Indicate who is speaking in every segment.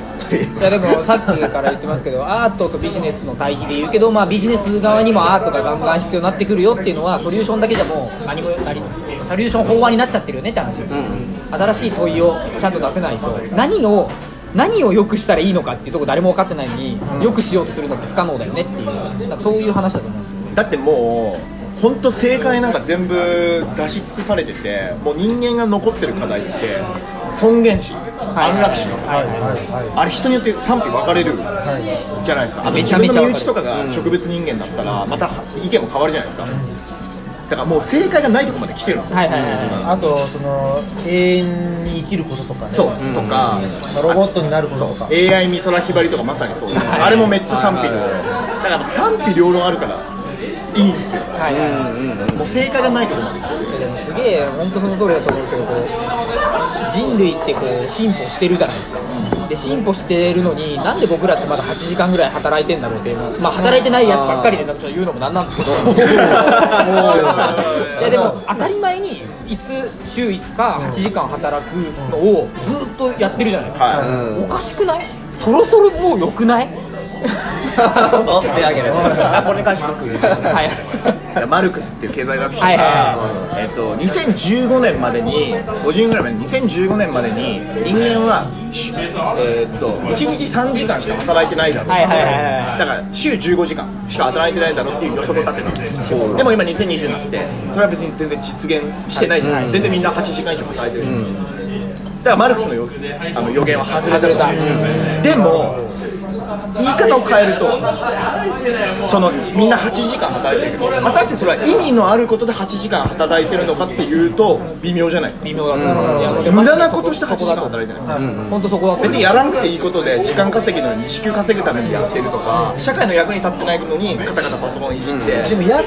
Speaker 1: いやでもさっきから言ってますけどアートとビジネスの対比で言うけど、まあ、ビジネス側にもアートがガンガン必要になってくるよっていうのはソリューションだけじゃもう何も何ソリューション飽和になっちゃってるよねって話です、新しい問いをちゃんと出せないと何を何を良くしたらいいのかっていうとこ誰も分かってないのに、良くしようとするのって不可能だよねっていうなんかそういう話だと思うんですよ
Speaker 2: だってもう本当正解なんか全部出し尽くされててもう人間が残ってる課題って尊厳死安楽死の課題あれ人によって賛否分かれるじゃないですかあと
Speaker 1: めち
Speaker 2: 自
Speaker 1: ゃめ
Speaker 2: 分
Speaker 1: ちゃ
Speaker 2: の身内とかが植物人間だったらまた意見も変わるじゃないですかだからもう正解がないとこまで来てるんですよ
Speaker 1: はいはいはいはい
Speaker 3: あとその永遠に生きることとかね
Speaker 2: そうとか
Speaker 3: ロボットになることとか
Speaker 2: AI 美空ひばりとかまさにそうであれもめっちゃ賛否両論だから賛否両論あるからいいんですよ
Speaker 1: はいはい
Speaker 2: もう正解がないとこまで来てる
Speaker 1: でもすげえ本当その通りだと思うんですけどこう人類ってこう進歩してるじゃないですかで進歩してるのになんで僕らってまだ8時間ぐらい働いてんだろうってまあ働いてないやつばっかりでなんかちょっと言うのもなんなんですけ どいやでも当たり前にいつ週5日8時間働くのをずっとやってるじゃないですか、
Speaker 2: はい
Speaker 1: おかしくないそろそろもう良くない
Speaker 4: 手挙げるあこれ返してくる
Speaker 1: はい
Speaker 2: マルクスっていう経済学者が、
Speaker 1: はいは
Speaker 2: えっと、2015年までに50ぐらいまで2015年までに人間は、しえっと1日3時間しか働いてないだろう、
Speaker 1: はいはいはいは
Speaker 2: だから週15時間しか働いてないだろうっていう予測を立てたんですよでも今2020になってそれは別に全然実現してないじゃない、全然みんな8時間以上働いてる、だからマルクスの予あの予言は外れ
Speaker 1: 外
Speaker 2: た
Speaker 1: れた
Speaker 2: でも言い方を変えるとそのみんな8時間働いてるけど果たしてそれは意味のあることで8時間働いてるのかっていうと微妙じゃないですか
Speaker 1: 微妙だったいやもうでも
Speaker 2: 無駄なことして8時間働いてない
Speaker 1: 本当そこだと思う
Speaker 2: 別にやらなくていいことで時間稼ぎのように時給稼ぐためにやってるとか社会の役に立ってないのにカタカタパソコンいじって
Speaker 3: でもや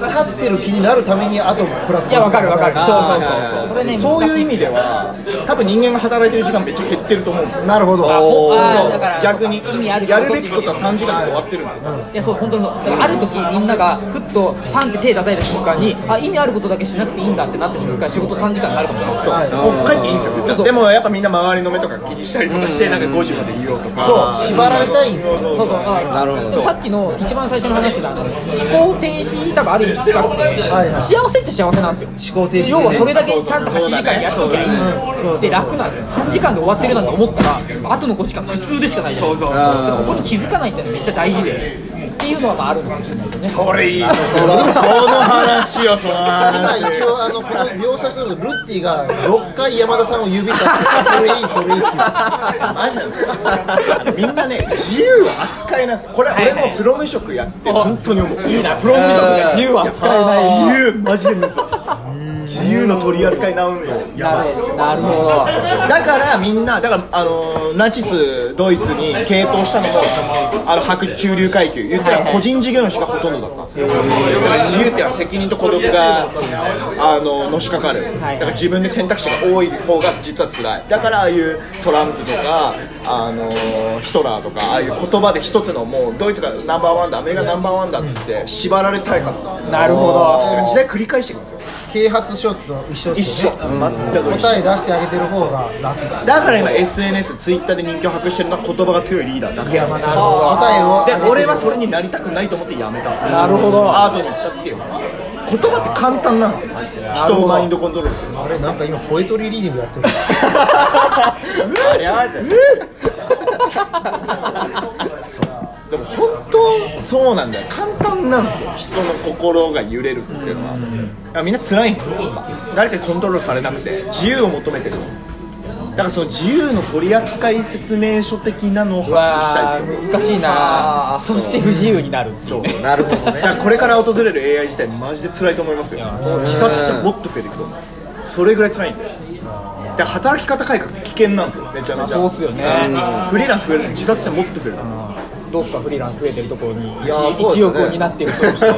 Speaker 3: 勝ってる気になるためにあとプラス
Speaker 1: いやわかるわかる
Speaker 3: あー
Speaker 1: そうそう
Speaker 2: そ
Speaker 1: そ
Speaker 2: う
Speaker 1: れね
Speaker 2: そういう意味では多分人間が働いてる時間めっちゃ減ってると思うんですよ
Speaker 3: なるほど
Speaker 1: おーあー
Speaker 2: そ
Speaker 1: だ
Speaker 2: う
Speaker 1: から
Speaker 2: 逆に
Speaker 1: 意味ある
Speaker 2: やるべきことは3時間で終わってるんですよ
Speaker 1: いやそう本当にそうだからある時みんながふっとパンって手叩いた瞬間にあ意味あることだけしなくていいんだってなった瞬間仕事3時間になるかもしれない
Speaker 2: そう、
Speaker 3: はい
Speaker 2: もう帰っていいんですよ、
Speaker 1: ちょっと
Speaker 2: でもやっぱみんな周りの目とか気にしたりとかして、なんか5時までいようとか、
Speaker 3: そう縛られたいんですよ
Speaker 1: そうそうあ
Speaker 4: なるほど
Speaker 1: でもさっきの一番最初の話だと思思考停止多分ある意味近くて、
Speaker 3: はいはい
Speaker 1: 幸せっちゃ幸せなんですよ
Speaker 3: 思考停止でね
Speaker 1: 要はそれだけちゃんと8時間やっときゃいい
Speaker 3: そうそう
Speaker 1: で楽なんですよ3時間で終わってるなんて思ったら後の5時間苦痛でしかないじゃないですかだからここに気づかないってのはめっちゃ大事でっていうのはまああるのかもしれないですね
Speaker 2: これいいよ、その話よ、その
Speaker 3: 今
Speaker 2: 話、
Speaker 3: 一応あのこの描写してるとルッティが6回山田さんを指さしてそれいいそれいいって
Speaker 2: マジなん ですよ、みんなね、自由は扱いなんですよ、これ、俺もプロ無職やって、本当に思う、いいな、プロ無職
Speaker 1: 自由は使えない
Speaker 2: 自由、マジで無理自由の取り扱いな運動、やばい。
Speaker 1: なるほど
Speaker 2: だからみんなだからあのーナチスドイツに傾倒したのもあの白中流階級言ったら個人事業主がほとんどだったんですよだから自由っていうのは責任と孤独があののしかかるだから自分で選択肢が多い方が実は辛いだからああいうトランプとかあのーヒトラーとかああいう言葉で一つのもうドイツがナンバーワンだアメリカナンバーワンだっつって縛られたいかったんですよ
Speaker 1: なるほど
Speaker 2: だから時代繰り返していくんですよ
Speaker 3: 啓発書と一緒で
Speaker 2: 一
Speaker 3: すよ
Speaker 2: 緒
Speaker 3: ね
Speaker 2: 全く一緒
Speaker 3: 答え出してあげてる方が楽
Speaker 2: だから今 SNS、ツイッターで人気を博してるのは言葉が強いリーダーだけなんですよ
Speaker 3: 答えを
Speaker 2: で
Speaker 3: あげてる
Speaker 2: 俺はそれになりたくないと思ってやめたんですよ
Speaker 1: なるほど
Speaker 2: アートに行ったっていうのは言葉って簡単なんですよマジで人をマインドコントロールする
Speaker 3: あれなんか今ポエトリーリーディングやってる
Speaker 2: あれやばいってそうでも本当そうなんだよ簡単なんですよ人の心が揺れるっていうのは、だからみんな辛いんですよ誰かにコントロールされなくて自由を求めてるのだからその自由の取扱説明書的なのを発揮した
Speaker 1: わ
Speaker 2: いと
Speaker 1: ー難しいなそして不自由になるそう
Speaker 4: なるほどね
Speaker 2: だからこれから訪れる AI 自体マジで辛いと思いますよ自殺者もっと増えていくと思うそれぐらい辛いんだよで働き方改革って危険なんですよめちゃめちゃ
Speaker 1: そうっすよね
Speaker 2: フリーランス増えるのに自殺者もっと増える
Speaker 1: どうすかフリーランス増えてるところに
Speaker 4: やー
Speaker 1: 1
Speaker 4: そうですね
Speaker 1: 億になってる人として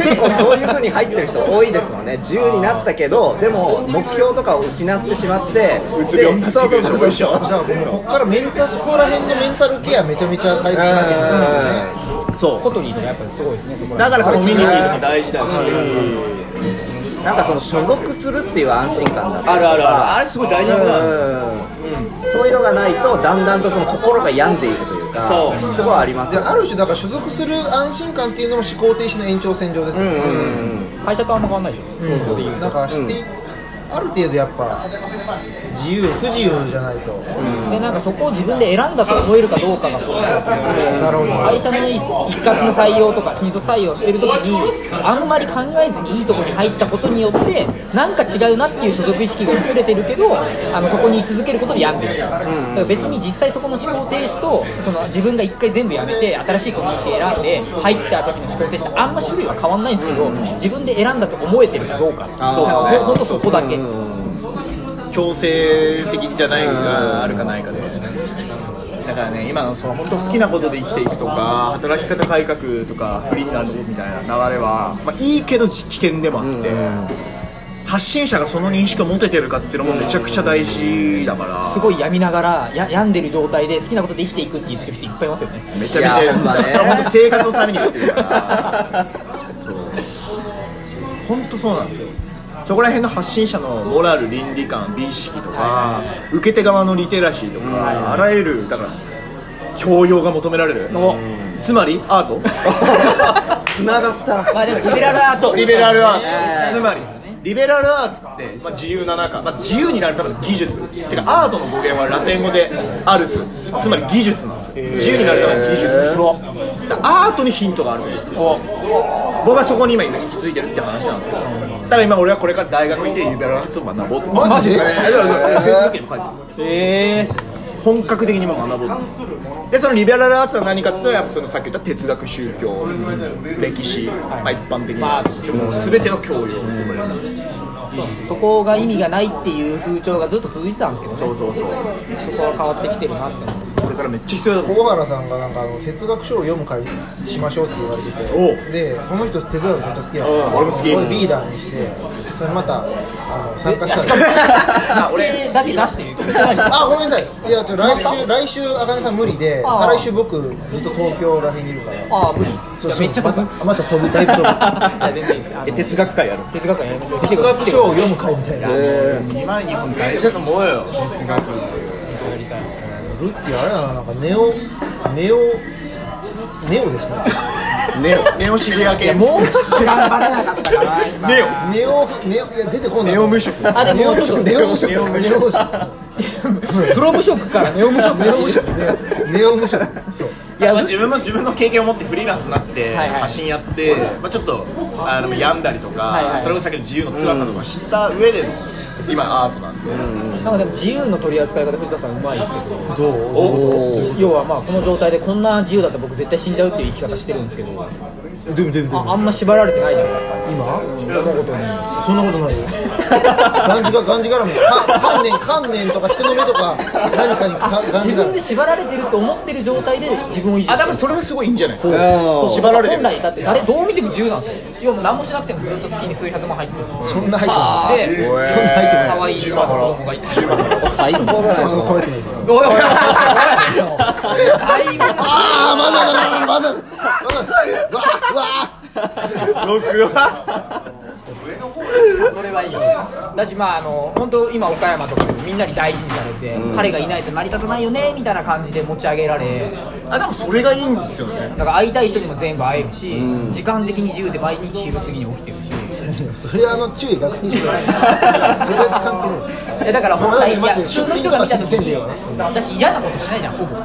Speaker 4: 結構そういう風に入ってる人多いですもんね自由になったけどでも目標とかを失ってしまって
Speaker 2: うつ病になって
Speaker 4: そう
Speaker 2: く
Speaker 4: そ
Speaker 2: る
Speaker 4: う
Speaker 2: 人
Speaker 4: そう
Speaker 2: もい
Speaker 4: そ
Speaker 2: るし
Speaker 3: だか
Speaker 4: う
Speaker 3: らもうこっからメンタルそこら辺のメンタルケアめちゃめちゃ大切なわけ
Speaker 2: そ
Speaker 1: コトリーとかやっぱりすごいですねそこ
Speaker 2: う
Speaker 1: ら
Speaker 2: だからコミュニティとか大事だし
Speaker 4: なんかその所属するっていう安心感だったりとか
Speaker 2: あれすごい大事なことなんですよ
Speaker 4: うんそういうのがないとだんだんとその心が病んでいくというか
Speaker 2: そう
Speaker 4: ところはあります
Speaker 3: で
Speaker 4: よね
Speaker 3: ある種だから所属する安心感っていうのも思考停止の延長線上ですよね、
Speaker 1: 会社とあんま変わんないでしょ、そうで言う
Speaker 3: なんかして、ある程度やっぱ自由不自由じゃないと、
Speaker 1: でなんかそこを自分で選んだと思えるかどうかがこう
Speaker 3: なるほど
Speaker 1: 会社の一括の採用とか新卒採用してるときにあんまり考えずにいいとこに入ったことによってなんか違うなっていう所属意識が薄れてるけどあのそこに居続けることで病んでるだから別に実際そこの思考停止とその自分が一回全部やめて新しいコミュニティ選んで入った時の思考停止ってあんま種類は変わんないんですけど自分で選んだと思えてるかどうか
Speaker 4: そうですね
Speaker 1: 本当そこだけ。
Speaker 2: 強制的じゃないがあるかないかで。だからね、今のその本当好きなことで生きていくとか働き方改革とかフリーランスみたいな流れは、まあ、いいけど危険でもあって、発信者がその認識を持ててるかっていうのもめちゃくちゃ大事だから、
Speaker 1: すごい病みながらや病んでる状態で好きなことで生きていくって言ってる人いっぱいいますよね
Speaker 2: めちゃめちゃ
Speaker 4: い
Speaker 2: い
Speaker 4: や
Speaker 2: る
Speaker 4: ほんまね
Speaker 2: それは本当生活のためにやってるからそう本当そうなんですよそこら辺の発信者のモラル倫理観美意識とか受け手側のリテラシーとかあらゆるだから教養が求められる
Speaker 1: お
Speaker 2: つまりアー ト
Speaker 4: つながった
Speaker 1: まあでもリベラルアート
Speaker 2: そうリベラルアー
Speaker 4: え
Speaker 2: ツ
Speaker 4: ー
Speaker 2: つまりリベラルアーツって、まあ、自由な中、まあ、自由になるための技術てかアートの語源はラテン語でアルスつまり技術なんですよ自由になるための技術だからアートにヒントがあるんですよ僕はそこに今行き着いてるって話なんですけどだから今俺はこれから大学行ってリベラルアーツを学ぼうと
Speaker 3: マジで
Speaker 2: いやいやいやいやフェイスブックにも書いてある
Speaker 1: ええ
Speaker 2: 本格的にも学ぼうとでそのリベラルアーツは何かっていうとやっぱそのさっき言った哲学宗教歴史、まあ、一般的なもう全ての教養
Speaker 1: そこが意味がないっていう風潮がずっと続いてたんですけどね
Speaker 2: そうそうそう
Speaker 1: そこは変わってきてるなって思って
Speaker 2: これからめっちゃ必要だと思う
Speaker 3: 小原さんがなんかあの哲学書を読む会しましょうって言われててでこの人哲学めっちゃ好きやか
Speaker 2: う
Speaker 3: ら
Speaker 2: ん俺も好き
Speaker 3: これリーダーにしてそれまたあの参加したら
Speaker 1: 俺だけ出してる
Speaker 3: あごめんなさいいやちょ来週来週あかねさん無理で
Speaker 1: あー
Speaker 3: 再来週僕ずっと東京らへんにいるから
Speaker 1: ああ無理
Speaker 3: そう
Speaker 1: いやめっちゃ
Speaker 3: ま
Speaker 1: 高
Speaker 3: た
Speaker 1: い
Speaker 3: また飛ぶだいぶ 飛ぶ
Speaker 1: や全然いいですあの
Speaker 2: え哲学会やるんです
Speaker 1: 哲学館やめて来てく
Speaker 3: 哲
Speaker 1: ださ
Speaker 3: 学
Speaker 1: い
Speaker 3: 書を読む会みたいな
Speaker 2: 今日本大事だと思うよ哲学
Speaker 3: ルッティあれだななんかネオネオネオですね
Speaker 2: ネオネオ渋谷
Speaker 1: いや
Speaker 2: 系
Speaker 1: もうちょっと頑張らなかったかな今
Speaker 2: ネオ
Speaker 3: ネオネオいや出てこない
Speaker 2: ネオ無職
Speaker 1: あでも
Speaker 3: ネオ無職ネオ無職
Speaker 2: ネオ無職
Speaker 3: ネオ無職
Speaker 1: プロ無職からネオ無職
Speaker 3: ネオ無職ネオ無職そう
Speaker 1: いや
Speaker 2: まあ、自分も自分の経験を持ってフリーランスになって
Speaker 1: はいはい
Speaker 2: 発信やって、まあ、ちょっとあの病んだりとか、
Speaker 1: はいはい
Speaker 2: それこそさっきの自由の辛さとか知った上での今アートなんで、
Speaker 1: なんかでも自由の取り扱い方藤田さんうまいですけど
Speaker 3: どう
Speaker 2: お
Speaker 1: 要はまあこの状態でこんな自由だったら僕絶対死んじゃうっていう生き方してるんですけど
Speaker 3: でもでもで
Speaker 1: あ
Speaker 3: も
Speaker 1: あんま縛られてないじゃないですか
Speaker 3: 今そんなことない よがんじががんじがらみか観念観念とか人の目とか何かにかがんじ
Speaker 1: 自分
Speaker 3: がら
Speaker 1: で
Speaker 3: み
Speaker 1: 縛られてると思ってる状態で自分を維持
Speaker 2: あだ
Speaker 1: して
Speaker 2: から
Speaker 1: る
Speaker 2: それもすごいいいんじゃないですか
Speaker 4: うん
Speaker 2: 縛られて
Speaker 1: 本
Speaker 2: る
Speaker 1: 来だって誰どう見ても自由なんですよ要は何もしなくてもずっと月に数百万入ってる
Speaker 3: そんな入って
Speaker 1: で
Speaker 3: ないそんな入ってない
Speaker 1: 可愛い妻と子供がいておいおい
Speaker 4: 最高だ
Speaker 3: そもそも
Speaker 4: な
Speaker 3: こうやってない
Speaker 1: おいおいだいぶ
Speaker 3: ああまさかまさかまさかうわうわ
Speaker 2: 僕は
Speaker 1: それはいいよだしまああの本当今岡山とかでもみんなに大事にされて、彼がいないと成り立たないよねみたいな感じで持ち上げられ
Speaker 2: あでもそれがいいんですよね
Speaker 1: だから会いたい人にも全部会えるし、時間的に自由で毎日昼過ぎに起きてるし
Speaker 3: それあの注意学生にしかない それは関係ない
Speaker 1: えだから本来いや
Speaker 3: 待って
Speaker 1: 普通の人が見た時
Speaker 3: 出品とか
Speaker 1: にだし嫌なことしないじゃんほぼ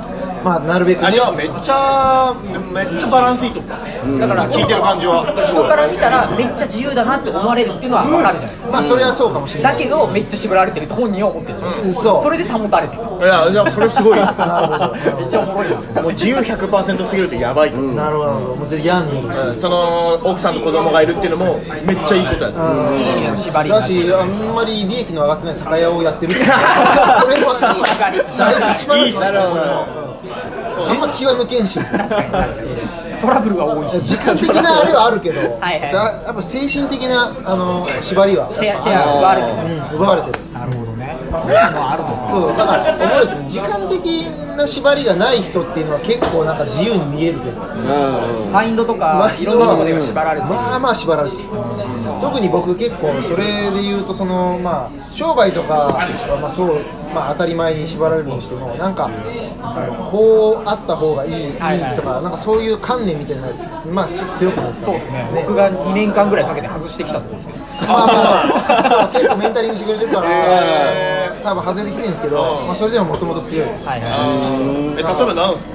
Speaker 3: まあなるべくね
Speaker 2: あじゃあめっちゃめっちゃバランスいいと思う
Speaker 1: だから
Speaker 2: 聞いてる感じは
Speaker 1: 人から見たらめっちゃ自由だなって思われるっていうのは分かるじゃないですか
Speaker 3: まあそれはそうかもしれな
Speaker 1: だ
Speaker 3: い
Speaker 1: けどめっちゃ縛られてるって本人は思ってるじゃん
Speaker 3: 嘘
Speaker 1: それで保たれてる
Speaker 2: いやじゃあそれすごい
Speaker 1: めっちゃおもろいな
Speaker 2: もう自由100%すぎるとやばいと思う、
Speaker 3: なるほどなるほどもう全然病んでるし
Speaker 2: その奥さんと子供がいるっていうのもめっちゃいいことやと思う
Speaker 1: いい意味の縛りが
Speaker 3: だし、あんまり利益の上がってない酒屋をやってるっていうこれ
Speaker 1: いい縛り
Speaker 3: は、いい縛り
Speaker 2: いいっすね
Speaker 3: あんま気は抜けんし、
Speaker 1: トラブルが多いし
Speaker 3: 時間的なあれはあるけど、
Speaker 1: はいはい
Speaker 3: さやっぱ精神的なあの縛りは、
Speaker 1: シェアシェアがある
Speaker 3: う
Speaker 1: け
Speaker 3: ん、奪われて
Speaker 1: ど
Speaker 3: る。
Speaker 1: なるほどねそういうのはあるもん
Speaker 3: そうだから、思うですね、時間的な縛りがない人っていうのは結構なんか自由に見えるけど、
Speaker 4: うん
Speaker 1: マインドと
Speaker 3: ま
Speaker 1: か
Speaker 3: あ
Speaker 1: いろんなとこで縛られてる
Speaker 3: まあまあ縛られてる特に僕結構それで言うとそのまあ商売とかはまあそうまあ、当たり前に縛られるにしてもなんかそのこうあった方がいい,、いい
Speaker 1: はいはい
Speaker 3: とかなんかそういう観念みたいなまあちょっと強くないですか
Speaker 1: そうですね僕が2年間ぐらいかけて外してきたところですね
Speaker 3: まあまあ、そう結構メンタリングしてくれてるから、多分外れてきてるんですけど、まあ、それでももともと強い。
Speaker 1: はいは
Speaker 2: え例えば何ですか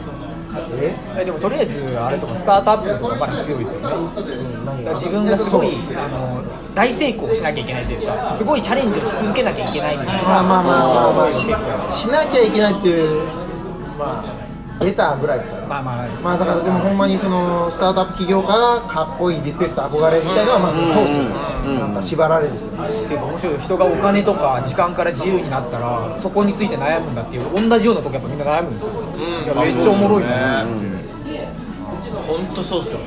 Speaker 3: え
Speaker 1: いえでもとりあえずあれとかスタートアップとかやっぱり強いですよね
Speaker 3: 何
Speaker 1: だから
Speaker 3: が
Speaker 1: 自分がすごい
Speaker 3: えっとそう
Speaker 1: あの大成功しなきゃいけないというかすごいチャレンジをし続けなきゃいけないみたいな
Speaker 3: まあまあまあまあまあし、しなきゃいけないっていう、まあ、ベターぐらいですから。
Speaker 1: まあまあはい
Speaker 3: まあだからでもほんまにそのスタートアップ起業家がかっこいいリスペクト憧れみたいなのはまあそうっすよねなんか縛られるんですよね
Speaker 1: でも面白い人がお金とか時間から自由になったらそこについて悩むんだっていう同じような時やっぱみんな悩むんですよ、いやめっちゃおもろいな、
Speaker 2: 本当そうっすよね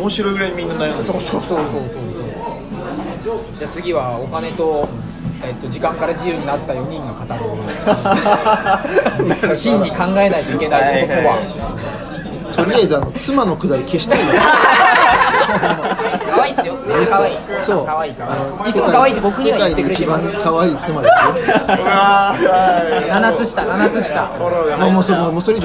Speaker 2: 面白いぐらいみんな悩む
Speaker 1: そうそうそうそうそうそうじゃあ次はお金と、えっと、時間から自由になった4人が語る真に考えないといけないこととは
Speaker 3: とりあえずあの妻のくだり消したいな
Speaker 1: 可愛いっすよ可愛い
Speaker 3: そう
Speaker 1: 可愛い
Speaker 3: あの
Speaker 1: いつも可愛いって僕には言ってくれて
Speaker 3: 世
Speaker 1: ま
Speaker 3: 界
Speaker 1: す
Speaker 3: で一番 可愛い妻ですよ
Speaker 2: うわー
Speaker 1: 7つ下7つ下
Speaker 3: もうもうそもうそれ以上